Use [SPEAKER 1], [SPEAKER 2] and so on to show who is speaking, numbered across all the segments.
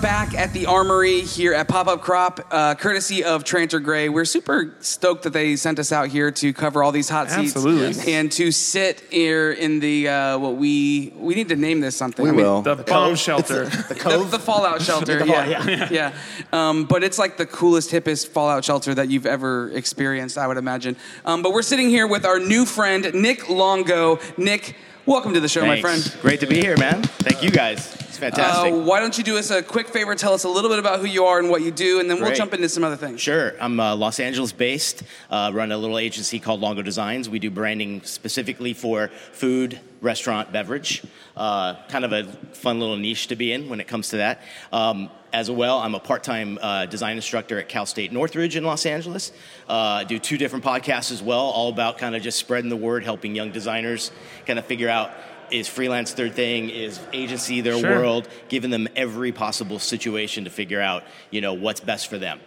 [SPEAKER 1] back at the Armory here at Pop Up Crop, uh, courtesy of Tranter Gray. We're super stoked that they sent us out here to cover all these hot seats,
[SPEAKER 2] Absolutely. Yes.
[SPEAKER 1] and to sit here in the uh, what we we need to name this something.
[SPEAKER 3] We
[SPEAKER 1] I mean,
[SPEAKER 3] will.
[SPEAKER 2] The bomb shelter.
[SPEAKER 3] the
[SPEAKER 1] The,
[SPEAKER 3] cove.
[SPEAKER 1] the fallout shelter, yeah, yeah, Um, but it's like the coolest, hippest fallout shelter that you've ever experienced, I would imagine. Um, but we're sitting here with our new friend Nick Longo. Nick, welcome to the show, my
[SPEAKER 4] Thanks.
[SPEAKER 1] friend.
[SPEAKER 4] Great to be here, man. Thank you guys. It's fantastic.
[SPEAKER 1] Uh, why don't you do us a quick favor? Tell us a little bit about who you are and what you do, and then we'll
[SPEAKER 4] Great.
[SPEAKER 1] jump into some other things.
[SPEAKER 4] Sure. I'm uh, Los Angeles based, uh, run a little agency called Longo Designs. We do branding specifically for food, restaurant, beverage. Uh, kind of a fun little niche to be in when it comes to that. Um, as well, I'm a part time uh, design instructor at Cal State Northridge in Los Angeles. Uh, I do two different podcasts as well, all about kind of just spreading the word, helping young designers kind of figure out is freelance their thing, is agency their
[SPEAKER 2] Sure.
[SPEAKER 4] world, giving them every possible situation to figure out, you know, what's best for them.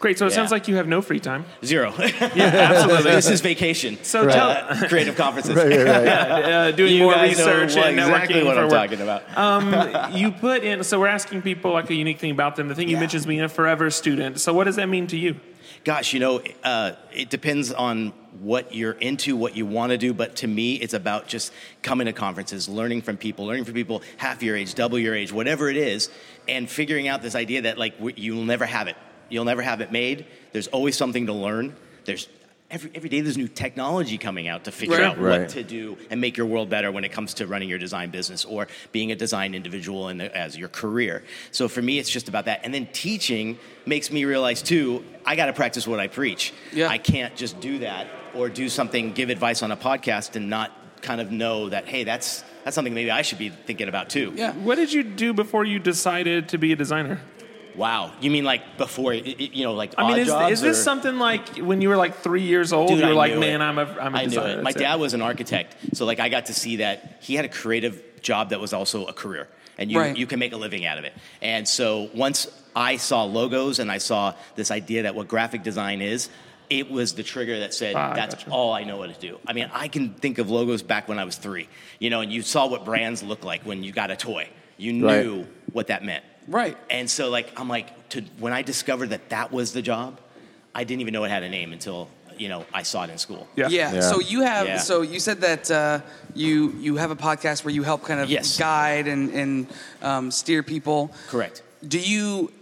[SPEAKER 2] Great. So it
[SPEAKER 4] Yeah.
[SPEAKER 2] sounds like you have no free time.
[SPEAKER 4] Zero.
[SPEAKER 2] absolutely.
[SPEAKER 4] this is vacation.
[SPEAKER 2] So
[SPEAKER 3] Right.
[SPEAKER 2] tell
[SPEAKER 4] Uh, creative conferences.
[SPEAKER 3] Right, right, right.
[SPEAKER 2] uh, doing
[SPEAKER 4] You
[SPEAKER 2] more
[SPEAKER 4] guys know
[SPEAKER 2] research
[SPEAKER 4] what-
[SPEAKER 2] and networking
[SPEAKER 4] exactly what
[SPEAKER 2] for
[SPEAKER 4] I'm
[SPEAKER 2] work.
[SPEAKER 4] talking about.
[SPEAKER 2] Um, you put in. So we're asking people like a unique thing about them. The thing you
[SPEAKER 4] Yeah.
[SPEAKER 2] mentioned is being a forever student. So what does that mean to you?
[SPEAKER 4] Gosh, you know, uh, it depends on what you're into, what you want to do. But to me, it's about just coming to conferences, learning from people, learning from people half your age, double your age, whatever it is, and figuring out this idea that like w- you'll never have it. You'll never have it made. There's always something to learn. There's every, every day there's new technology coming out to figure
[SPEAKER 2] Right.
[SPEAKER 4] out
[SPEAKER 3] Right.
[SPEAKER 4] what to do and make your world better when it comes to running your design business or being a design individual and as your career. So for me, it's just about that. And then teaching makes me realize too, I got to practice what I preach.
[SPEAKER 1] Yeah.
[SPEAKER 4] I can't just do that or do something, give advice on a podcast and not kind of know that hey, that's that's something maybe I should be thinking about too.
[SPEAKER 1] Yeah.
[SPEAKER 2] What did you do before you decided to be a designer?
[SPEAKER 4] Wow. You mean like before, y- y- you know, like
[SPEAKER 2] I mean,
[SPEAKER 4] odd
[SPEAKER 2] is,
[SPEAKER 4] jobs
[SPEAKER 2] is this
[SPEAKER 4] or-
[SPEAKER 2] something like when you were like three years old? you were
[SPEAKER 4] I
[SPEAKER 2] like,
[SPEAKER 4] knew
[SPEAKER 2] man,
[SPEAKER 4] it.
[SPEAKER 2] I'm a, I'm a
[SPEAKER 4] I knew
[SPEAKER 2] designer.
[SPEAKER 4] it. My
[SPEAKER 2] That's
[SPEAKER 4] dad was an architect, so like I got to see that he had a creative job that was also a career, and you
[SPEAKER 1] Right.
[SPEAKER 4] you can make a living out of it. And so once I saw logos and I saw this idea that what graphic design is. It was the trigger that said,
[SPEAKER 2] Ah, I
[SPEAKER 4] "That's
[SPEAKER 2] gotcha.
[SPEAKER 4] all I know what to do." I mean, I can think of logos back when I was three, you know, and you saw what brands look like when you got a toy. You
[SPEAKER 3] Right.
[SPEAKER 4] knew what that meant,
[SPEAKER 1] Right.
[SPEAKER 4] and so, like, I'm like, to, when I discovered that that was the job, I didn't even know it had a name until, you know, I saw it in school.
[SPEAKER 2] Yeah.
[SPEAKER 1] Yeah.
[SPEAKER 3] Yeah.
[SPEAKER 1] So you have.
[SPEAKER 4] Yeah.
[SPEAKER 1] So you said that uh, you you have a podcast where you help kind of
[SPEAKER 4] Yes.
[SPEAKER 1] guide and and um, steer people.
[SPEAKER 4] Correct.
[SPEAKER 1] Do you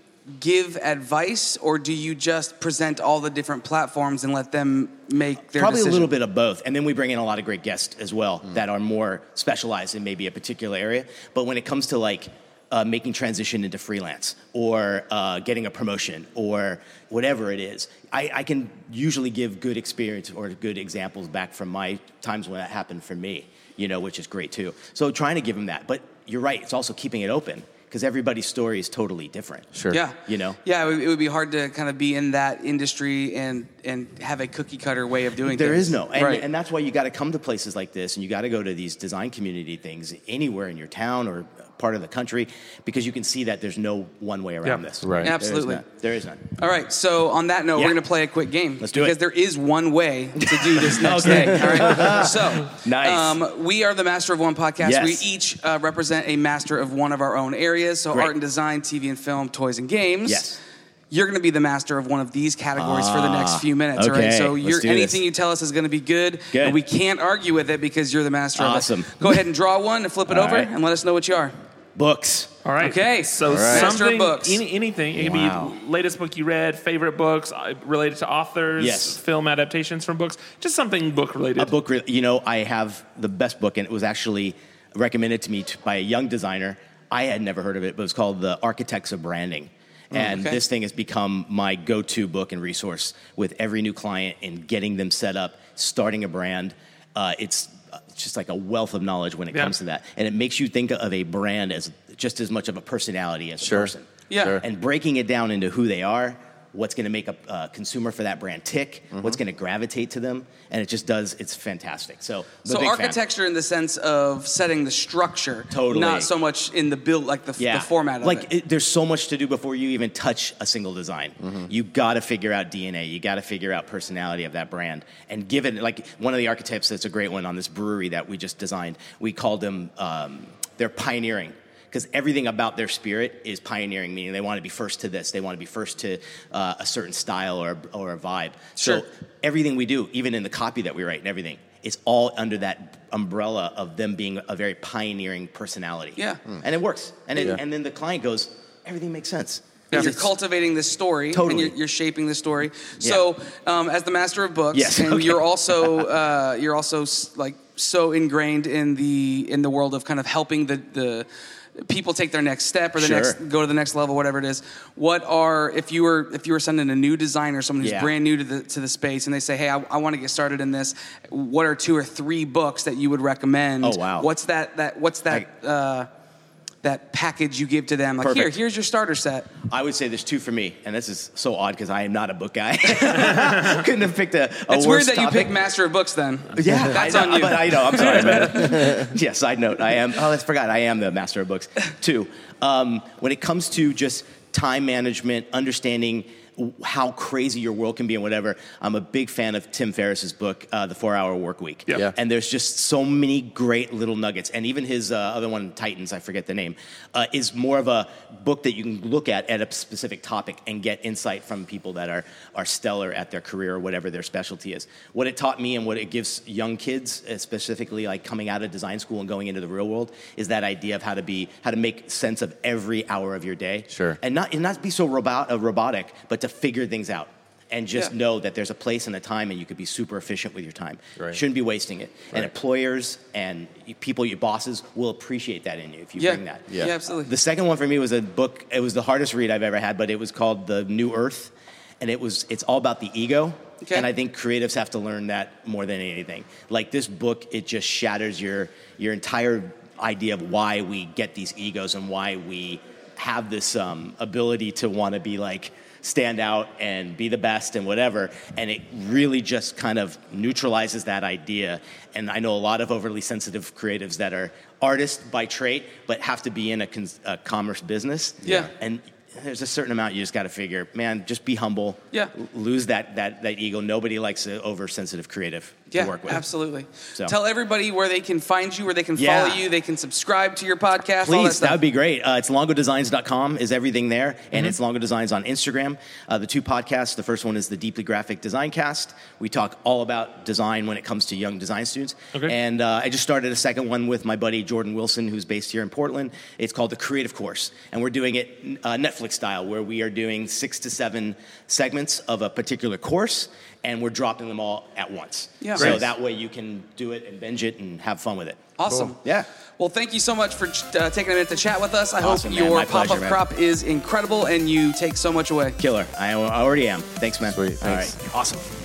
[SPEAKER 1] give advice or do you just present all the different platforms and let them make their
[SPEAKER 4] Probably
[SPEAKER 1] decision?
[SPEAKER 4] a little bit of both. And then we bring in a lot of great guests as well that are more specialized in maybe a particular area. But when it comes to like uh, making transition into freelance or uh, getting a promotion or whatever it is, I, I can usually give good experience or good examples back from my times when that happened for me, you know, which is great too. So trying to give them that. But you're right, it's also keeping it open because everybody's story is totally different.
[SPEAKER 3] Sure.
[SPEAKER 1] Yeah.
[SPEAKER 4] You know?
[SPEAKER 1] Yeah, it would, it would be hard to kind of be in that industry and and have a cookie cutter way of doing
[SPEAKER 4] There
[SPEAKER 1] things.
[SPEAKER 4] is no, and,
[SPEAKER 1] right.
[SPEAKER 4] and that's why you got to come to places like this, and you got to go to these design community things anywhere in your town or part of the country, because you can see that there's no one way around
[SPEAKER 2] Yeah.
[SPEAKER 4] this.
[SPEAKER 3] Right.
[SPEAKER 4] There is
[SPEAKER 1] Absolutely.
[SPEAKER 4] none. There is none.
[SPEAKER 1] All right, so on that note,
[SPEAKER 4] Yeah.
[SPEAKER 1] we're going to play a quick game.
[SPEAKER 4] Let's do it.
[SPEAKER 1] Because there is one way to do this next
[SPEAKER 4] Okay.
[SPEAKER 1] thing. All right, so
[SPEAKER 4] Nice.
[SPEAKER 1] um, we are the Master of One podcast.
[SPEAKER 4] Yes.
[SPEAKER 1] We each uh, represent a master of one of our own areas. So
[SPEAKER 4] Great.
[SPEAKER 1] art and design, TV and film, toys and games.
[SPEAKER 4] Yes.
[SPEAKER 1] You're going to be the master of one of these categories for the next
[SPEAKER 4] Ah,
[SPEAKER 1] few minutes. all right,
[SPEAKER 4] okay.
[SPEAKER 1] so
[SPEAKER 4] Let's
[SPEAKER 1] you're,
[SPEAKER 4] do this.
[SPEAKER 1] anything you tell us is going to be good,
[SPEAKER 4] Good.
[SPEAKER 1] and we can't argue with it because you're the master.
[SPEAKER 4] Awesome.
[SPEAKER 1] Of it. Go ahead and draw one and flip it
[SPEAKER 4] All
[SPEAKER 1] over,
[SPEAKER 4] right.
[SPEAKER 1] and let us know what you are.
[SPEAKER 4] Books.
[SPEAKER 2] All right.
[SPEAKER 1] Okay.
[SPEAKER 2] So
[SPEAKER 1] All right. Master
[SPEAKER 2] something,
[SPEAKER 1] of books.
[SPEAKER 2] Any, anything. It could
[SPEAKER 4] Wow.
[SPEAKER 2] be latest book you read, favorite books uh, related to authors,
[SPEAKER 4] Yes.
[SPEAKER 2] film adaptations from books, just something book related.
[SPEAKER 4] A book, re- you know, I have the best book, and it was actually recommended to me t- by a young designer. I had never heard of it, but it's called The Architects of Branding. And
[SPEAKER 1] okay.
[SPEAKER 4] this thing has become my go to book and resource with every new client and getting them set up, starting a brand. Uh, it's uh, just like a wealth of knowledge when it
[SPEAKER 2] Yeah.
[SPEAKER 4] comes to that. And it makes you think of a brand as just as much of a personality as
[SPEAKER 3] Sure.
[SPEAKER 4] a person.
[SPEAKER 1] Yeah. Sure.
[SPEAKER 4] And breaking it down into who they are, what's going to make a uh, consumer for that brand tick, what's
[SPEAKER 1] Mm-hmm.
[SPEAKER 4] going to gravitate to them, and it just does. It's fantastic. So, I'm a
[SPEAKER 1] So
[SPEAKER 4] big fan.
[SPEAKER 1] architecture in the sense of setting the structure,
[SPEAKER 4] Totally.
[SPEAKER 1] not so much in the build, like the, the format of
[SPEAKER 4] like
[SPEAKER 1] it.
[SPEAKER 4] there's so much to do before you even touch a single design you got to figure out dna you got to figure out personality of that brand and given like one of the archetypes that's a great one on this brewery that we just designed we called them um, they're pioneering because everything about their spirit is pioneering, meaning they want to be first to this, they want to be first to uh, a certain style or, or a vibe.
[SPEAKER 1] Sure.
[SPEAKER 4] So everything we do, even in the copy that we write and everything, it's all under that umbrella of them being a very pioneering personality.
[SPEAKER 1] Yeah. Mm.
[SPEAKER 4] And it works. And, it,
[SPEAKER 3] Yeah.
[SPEAKER 4] and then the client goes, everything makes sense.
[SPEAKER 1] And You're
[SPEAKER 4] It's-
[SPEAKER 1] cultivating this story,
[SPEAKER 4] Totally.
[SPEAKER 1] and you're, you're shaping the story. So, um, as the master of books,
[SPEAKER 4] Yes,
[SPEAKER 1] and
[SPEAKER 4] okay.
[SPEAKER 1] you're also uh, you're also s- like so ingrained in the in the world of kind of helping the the people take their next step or the
[SPEAKER 4] Sure.
[SPEAKER 1] next go to the next level, whatever it is. What are if you were if you were sending a new designer, someone who's
[SPEAKER 4] Yeah.
[SPEAKER 1] brand new to the to the space, and they say, "Hey, I, I want to get started in this." What are two or three books that you would recommend?
[SPEAKER 4] Oh, wow.
[SPEAKER 1] What's that that What's that? uh, that package you give to them, like here,
[SPEAKER 4] Perfect.
[SPEAKER 1] here's your starter set.
[SPEAKER 4] I would say there's two for me, and this is so odd because I am not a book guy. Couldn't have picked a, a
[SPEAKER 1] It's
[SPEAKER 4] worse
[SPEAKER 1] weird that you
[SPEAKER 4] topic.
[SPEAKER 1] pick Master of Books then.
[SPEAKER 4] Yeah,
[SPEAKER 1] that's
[SPEAKER 4] I know,
[SPEAKER 1] on you.
[SPEAKER 4] But I know. I'm sorry about it. yeah, side note. I am. Oh, I forgot. I am the master of books too. Um, when it comes to just time management, understanding w- how crazy your world can be and whatever, I'm a big fan of Tim Ferriss's book, uh, The Four Hour Work Week.
[SPEAKER 2] Yeah.
[SPEAKER 3] Yeah.
[SPEAKER 4] And there's just so many great little nuggets. And even his uh, other one, Titans, I forget the name, uh, is more of a book that you can look at at a specific topic and get insight from people that are, are stellar at their career or whatever their specialty is. What it taught me and what it gives young kids, uh, specifically like coming out of design school and going into the real world, is that idea of how to be, how to make sense of every hour of your day.
[SPEAKER 3] Sure.
[SPEAKER 4] And not, and not be so robot, uh, robotic, but to figure things out. And just
[SPEAKER 1] Yeah.
[SPEAKER 4] know that there's a place and a time, and you could be super efficient with your time
[SPEAKER 3] Right.
[SPEAKER 4] shouldn't be wasting it. And
[SPEAKER 3] Right.
[SPEAKER 4] employers and you- people, your bosses, will appreciate that in you if you
[SPEAKER 1] yeah.
[SPEAKER 4] bring that.
[SPEAKER 1] yeah,
[SPEAKER 3] Yeah.
[SPEAKER 1] absolutely.
[SPEAKER 4] The second one for me was a book. It was the hardest read I've ever had, but it was called The New Earth, and it was it's all about the ego.
[SPEAKER 1] Okay.
[SPEAKER 4] And I think creatives have to learn that more than anything. Like this book, it just shatters your your entire idea of why we get these egos and why we have this um, ability to want to be like stand out and be the best and whatever and it really just kind of neutralizes that idea and i know a lot of overly sensitive creatives that are artists by trait but have to be in a, cons- a commerce business
[SPEAKER 1] Yeah.
[SPEAKER 4] and there's a certain amount you just got to figure man just be humble
[SPEAKER 1] Yeah.
[SPEAKER 4] L- lose that that that ego nobody likes an oversensitive creative
[SPEAKER 1] yeah,
[SPEAKER 4] to work with
[SPEAKER 1] absolutely.
[SPEAKER 4] So-
[SPEAKER 1] Tell everybody where they can find you, where they can
[SPEAKER 4] Yeah.
[SPEAKER 1] follow you, they can subscribe to your podcast. all that stuff.
[SPEAKER 4] Please,
[SPEAKER 1] Mm-hmm.
[SPEAKER 4] that would be great. Uh, it's longodesigns.com is everything there, and it's Longo Designs on Instagram. Uh, the two podcasts, the first one is the Deeply Graphic Design Cast. We talk all about design when it comes to young design students.
[SPEAKER 2] Okay.
[SPEAKER 4] And uh, I just started a second one with my buddy Jordan Wilson, who's based here in Portland. It's called The Creative Course, and we're doing it uh, Netflix style, where we are doing six to seven segments of a particular course, and we're dropping them all at once.
[SPEAKER 1] Yeah.
[SPEAKER 4] So
[SPEAKER 1] Great.
[SPEAKER 4] that way you can do it and binge it and have fun with it.
[SPEAKER 1] awesome.
[SPEAKER 4] Yeah.
[SPEAKER 1] Well, thank you so much for uh, taking a minute to chat with us. I
[SPEAKER 4] Awesome,
[SPEAKER 1] hope
[SPEAKER 4] man.
[SPEAKER 1] your
[SPEAKER 4] My
[SPEAKER 1] pop
[SPEAKER 4] pleasure,
[SPEAKER 1] up
[SPEAKER 4] man.
[SPEAKER 1] crop is incredible and you take so much away.
[SPEAKER 4] Killer. I, I already am. Thanks, man.
[SPEAKER 3] Sweet, thanks.
[SPEAKER 4] All right. Awesome.